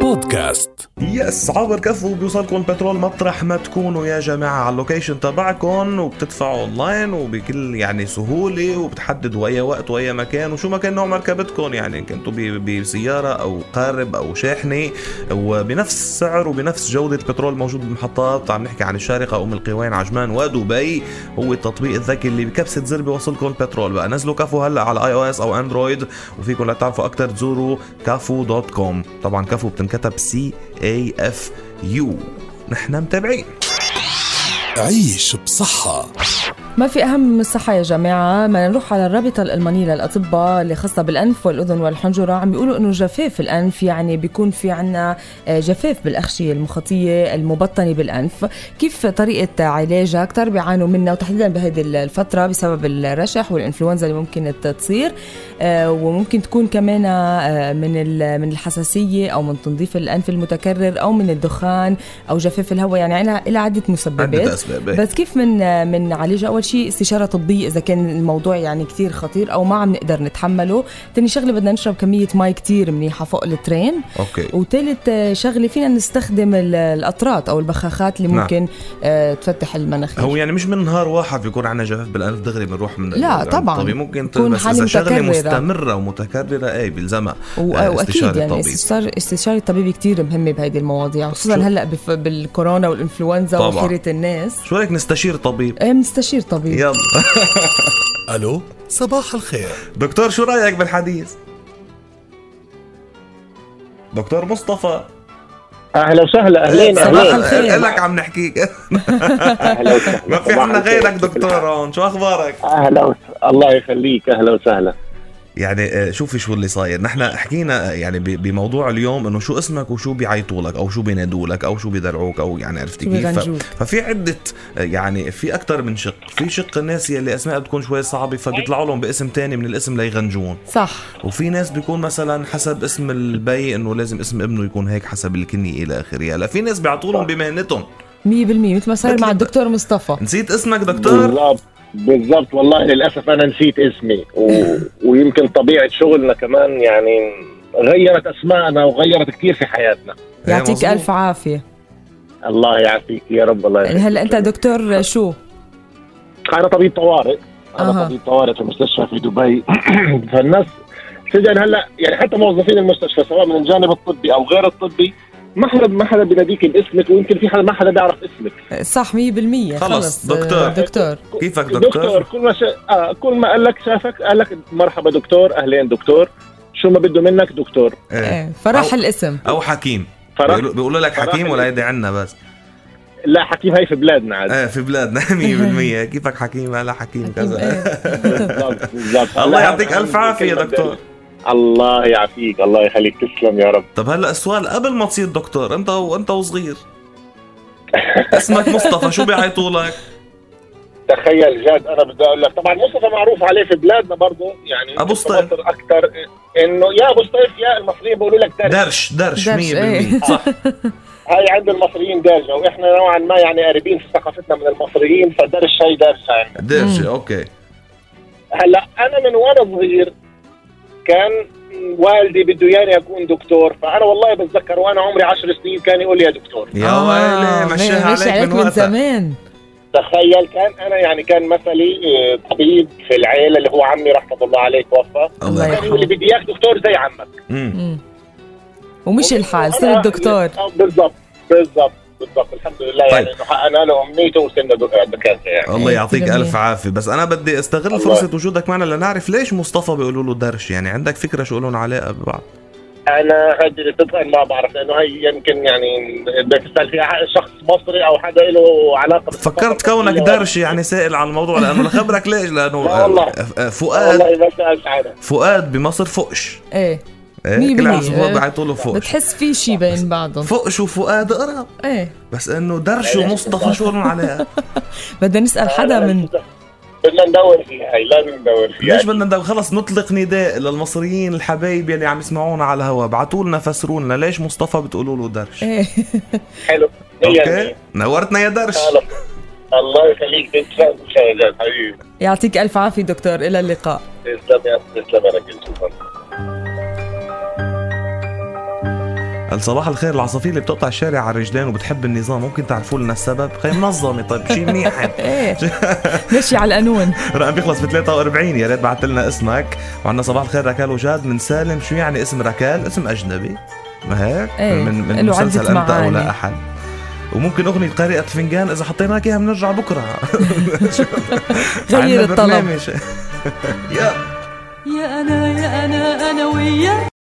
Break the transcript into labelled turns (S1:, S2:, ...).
S1: بودكاست
S2: يس عابر كفو بيوصلكم البترول مطرح ما تكونوا يا جماعه على اللوكيشن تبعكم وبتدفعوا اونلاين وبكل يعني سهوله وبتحددوا اي وقت واي مكان وشو ما كان نوع مركبتكم يعني إن كنتوا ب- بسياره او قارب او شاحنه وبنفس سعر وبنفس جوده بترول موجود بالمحطات عم نحكي عن الشارقه ام القوين عجمان ودبي هو التطبيق الذكي اللي بكبسه زر بيوصلكم البترول بقى نزلوا كفو هلا على اي او اس او اندرويد وفيكم لتعرفوا اكثر تزوروا كفو دوت كوم طبعا كفو بتنكتب سي اي اف يو نحن متابعين
S1: عيش بصحة
S3: ما في أهم من الصحة يا جماعة ما نروح على الرابطة الألمانية للأطباء اللي خاصة بالأنف والأذن والحنجرة عم بيقولوا إنه جفاف الأنف يعني بيكون في عنا آه، جفاف بالأغشية المخاطية المبطنة بالأنف كيف طريقة علاجها كتار بيعانوا منها وتحديدا بهذه الفترة بسبب الرشح والإنفلونزا اللي ممكن تصير آه، وممكن تكون كمان آه، من ال- من الحساسية أو من تنظيف الأنف المتكرر أو من الدخان أو جفاف الهواء يعني لها- لها عدة مسببات
S2: عدة اسباب إيه.
S3: بس كيف من من نعالجها اول شيء استشاره طبيه اذا كان الموضوع يعني كثير خطير او ما عم نقدر نتحمله ثاني شغله بدنا نشرب كميه مي كثير منيحه فوق الترين
S2: اوكي
S3: وثالث شغله فينا نستخدم ال- الاطراط او البخاخات اللي
S2: نعم.
S3: ممكن آه، تفتح المناخير
S2: هو يعني مش من نهار واحد بيكون عنا جفاف بالانف دغري بنروح من
S3: لا،
S2: عند
S3: طبعاً.
S2: الطبيب. ممكن ت-
S3: تكون
S2: بس
S3: حالة
S2: اذا شغله
S3: متكررة.
S2: مستمره ومتكرره اي بيلزمها
S3: و-
S2: آه،
S3: واكيد
S2: استشارة
S3: يعني
S2: الطبيب.
S3: استشار استشاره الطبيب كثير مهمه بهيدي المواضيع خصوصا
S2: شو-
S3: هلا بف- بالكورونا والانفلونزا
S2: طبعاً.
S3: وخيره الناس
S2: شو رايك نستشير طبيب
S3: آه، بنستشير طبيب
S2: يلا
S1: ألو صباح الخير
S2: دكتور شو رايك بالحديث دكتور مصطفى
S4: اهلا وسهلا اهلين
S3: صباح
S4: اهلين
S3: الخير.
S2: إيه لك عم نحكيك
S4: اهلا وسهلا
S2: ما في
S4: صباح
S2: عنا
S4: الخير.
S2: غيرك دكتور هون شو اخبارك
S4: اهلا وس- الله يخليك اهلا وسهلا
S2: يعني آه، شوفي شو اللي صاير نحن حكينا آه، يعني ب- بموضوع اليوم انه شو اسمك وشو بيعيطوا لك او شو بينادوا لك او شو بيدرعوك او يعني عرفتي
S3: شو
S2: كيف ف-
S3: بيغنجوك
S2: ففي عدة يعني في أكثر من شق، في شق الناس يلي أسماء بتكون شوي صعبة فبيطلعوا لهم باسم تاني من الاسم ليغنجون،
S3: صح
S2: وفي ناس بيكون مثلا حسب اسم البي إنه لازم اسم ابنه يكون هيك حسب الكنية إلى آخره، هلا في ناس بيعطوا لهم بمهنتهم،
S3: 100% مثل ما صار
S2: مثل-
S3: مع الدكتور مصطفى
S2: نسيت اسمك دكتور؟
S4: بالضبط بالضبط والله للاسف انا نسيت اسمي و... ويمكن طبيعه شغلنا كمان يعني غيرت اسماءنا وغيرت كثير في حياتنا
S2: إيه،
S3: يعطيك
S2: مظبوط.
S3: الف عافيه
S4: الله يعافيك يا رب الله
S3: يعني
S4: يعافيك
S3: هلا انت دكتور شو؟
S4: انا طبيب طوارئ انا
S3: أها.
S4: طبيب طوارئ في مستشفى في دبي فالناس صدقا هلا يعني حتى موظفين المستشفى سواء من الجانب الطبي او غير الطبي ما حدا ما حدا بيناديك باسمك ويمكن في حدا ما حدا بيعرف اسمك
S3: صح 100%
S2: خلص،
S3: خلص
S2: دكتور.
S3: آه، دكتور
S2: كيفك
S4: دكتور
S2: دكتور؟
S4: كل ما شا... آه كل ما قال لك شافك قال لك مرحبا دكتور اهلين دكتور شو ما بده منك دكتور
S2: إيه.
S3: إيه، فرح
S2: أو-
S3: الاسم
S2: أو حكيم
S4: فرح
S2: بيقولوا- بيقولوا لك
S4: فرح
S2: حكيم ولا
S4: ال-
S2: هيدي عنا بس
S4: لا حكيم هاي في بلادنا عاد
S2: آه في بلادنا 100% كيفك حكيم هلا حكيم إيه. كذا
S3: إيه.
S4: بالضبط، بالضبط.
S2: الله
S4: هلا
S2: يعطيك
S4: أنا
S2: ألف عافية يا
S4: كلمة
S2: دكتور
S4: بدل. الله يعافيك الله يخليك تسلم يا رب
S2: طب هلا السؤال قبل ما تصير دكتور انت وانت وصغير اسمك مصطفى شو بيعيطوا لك؟
S4: تخيل جاد انا بدي اقول لك طبعا مصطفى معروف عليه في بلادنا برضه يعني
S2: أبو
S4: في
S2: سطيف.
S4: مصر اكثر انه يا ابو سطيف يا المصريين بيقولوا لك درج
S2: درش درش إيه. 100%
S3: درش، ايه.
S2: صح
S4: هاي عند المصريين درجه واحنا نوعا ما يعني قريبين في ثقافتنا من المصريين فدرج هاي درجه يعني
S2: درش
S3: مم.
S2: اوكي
S4: هلا انا من وانا صغير كان والدي بده ياني اكون دكتور فانا والله بتذكر وانا عمري عشر سنين كان يقول لي يا دكتور
S2: يا
S3: آه،
S2: ويلي مشيها
S3: ماشي
S2: عليك من
S3: من
S2: وقتها
S3: زمان
S4: تخيل كان انا يعني كان مثلي آه، طبيب في العيله اللي هو عمي رحمه الله عليه توفى
S2: الله
S3: الله
S2: يرحمه
S4: كان يقول لي بدي اياك دكتور زي عمك
S2: مم.
S3: مم. ومش الحال صير
S4: وأنا-
S3: الدكتور
S4: آه، بالضبط بالضبط بالضبط الحمد لله
S2: طيب.
S4: يعني انه حققنا له امنيته وصرنا دك- دكاتره يعني
S2: الله يعطيك
S3: بالمية.
S2: الف عافيه بس انا بدي استغل
S4: الله.
S2: فرصه وجودك معنا لنعرف ليش مصطفى بيقولوا له درش يعني عندك فكره شو لهم علاقه ببعض
S4: انا هذه صدقا ما بعرف لانه هي يمكن يعني بدك تسال فيها شخص مصري او حدا له علاقه
S2: فكرت
S4: بالثقافة
S2: كونك
S4: المصرية.
S2: درش يعني سائل عن الموضوع لانه لخبرك ليش لانه
S4: لا والله.
S2: آه، فؤاد
S4: والله ما سالت عنها
S2: فؤاد بمصر فقش
S3: ايه
S2: إيه،
S3: مية
S2: كل
S3: بالمية.
S2: عشرة بيعيطوا له فقش
S3: بتحس في شيء بين بعضهم
S2: فقش وفؤاد قرب
S3: ايه
S2: بس انه درش ومصطفى شو لهم علاقه
S3: بدنا نسال
S2: آه،
S3: حدا من
S4: بدنا ندور فيها هي لازم ندور فيها
S2: ليش بدنا ندو- خلص نطلق نداء للمصريين الحبايب يلي عم يسمعونا على الهوا ابعتوا لنا فسروا لنا ليش مصطفى بتقولوا له درش
S3: ايه
S4: حلو
S2: اوكي
S4: اوكي
S2: نورتنا يا درش
S4: الله يخليك تسلم يا جد حبيبي
S3: يعطيك الف عافيه دكتور الى اللقاء
S4: تسلم يا تسلم انا كنت شكراً.
S2: هل صباح الخير العصافير اللي بتقطع الشارع على الرجلين وبتحب النظام ممكن تعرفوا لنا السبب؟ خي منظمه طيب شيء منيح
S3: ايه ماشي على القانون
S2: رقم بيخلص ب 43 يا ريت بعت لنا اسمك وعنا صباح الخير ركال وجاد من سالم شو يعني اسم ركال؟ اسم اجنبي ما هيك؟
S3: إيه،
S2: من من
S3: له
S2: مسلسل
S3: عدة
S2: انت او
S3: معاني.
S2: لا احد وممكن اغنيه قارئة فنجان اذا حطيناك اياها بنرجع بكره
S3: غير
S2: عنا
S3: الطلب
S2: برنامج. يلا
S5: يا أنا يا أنا أنا وياك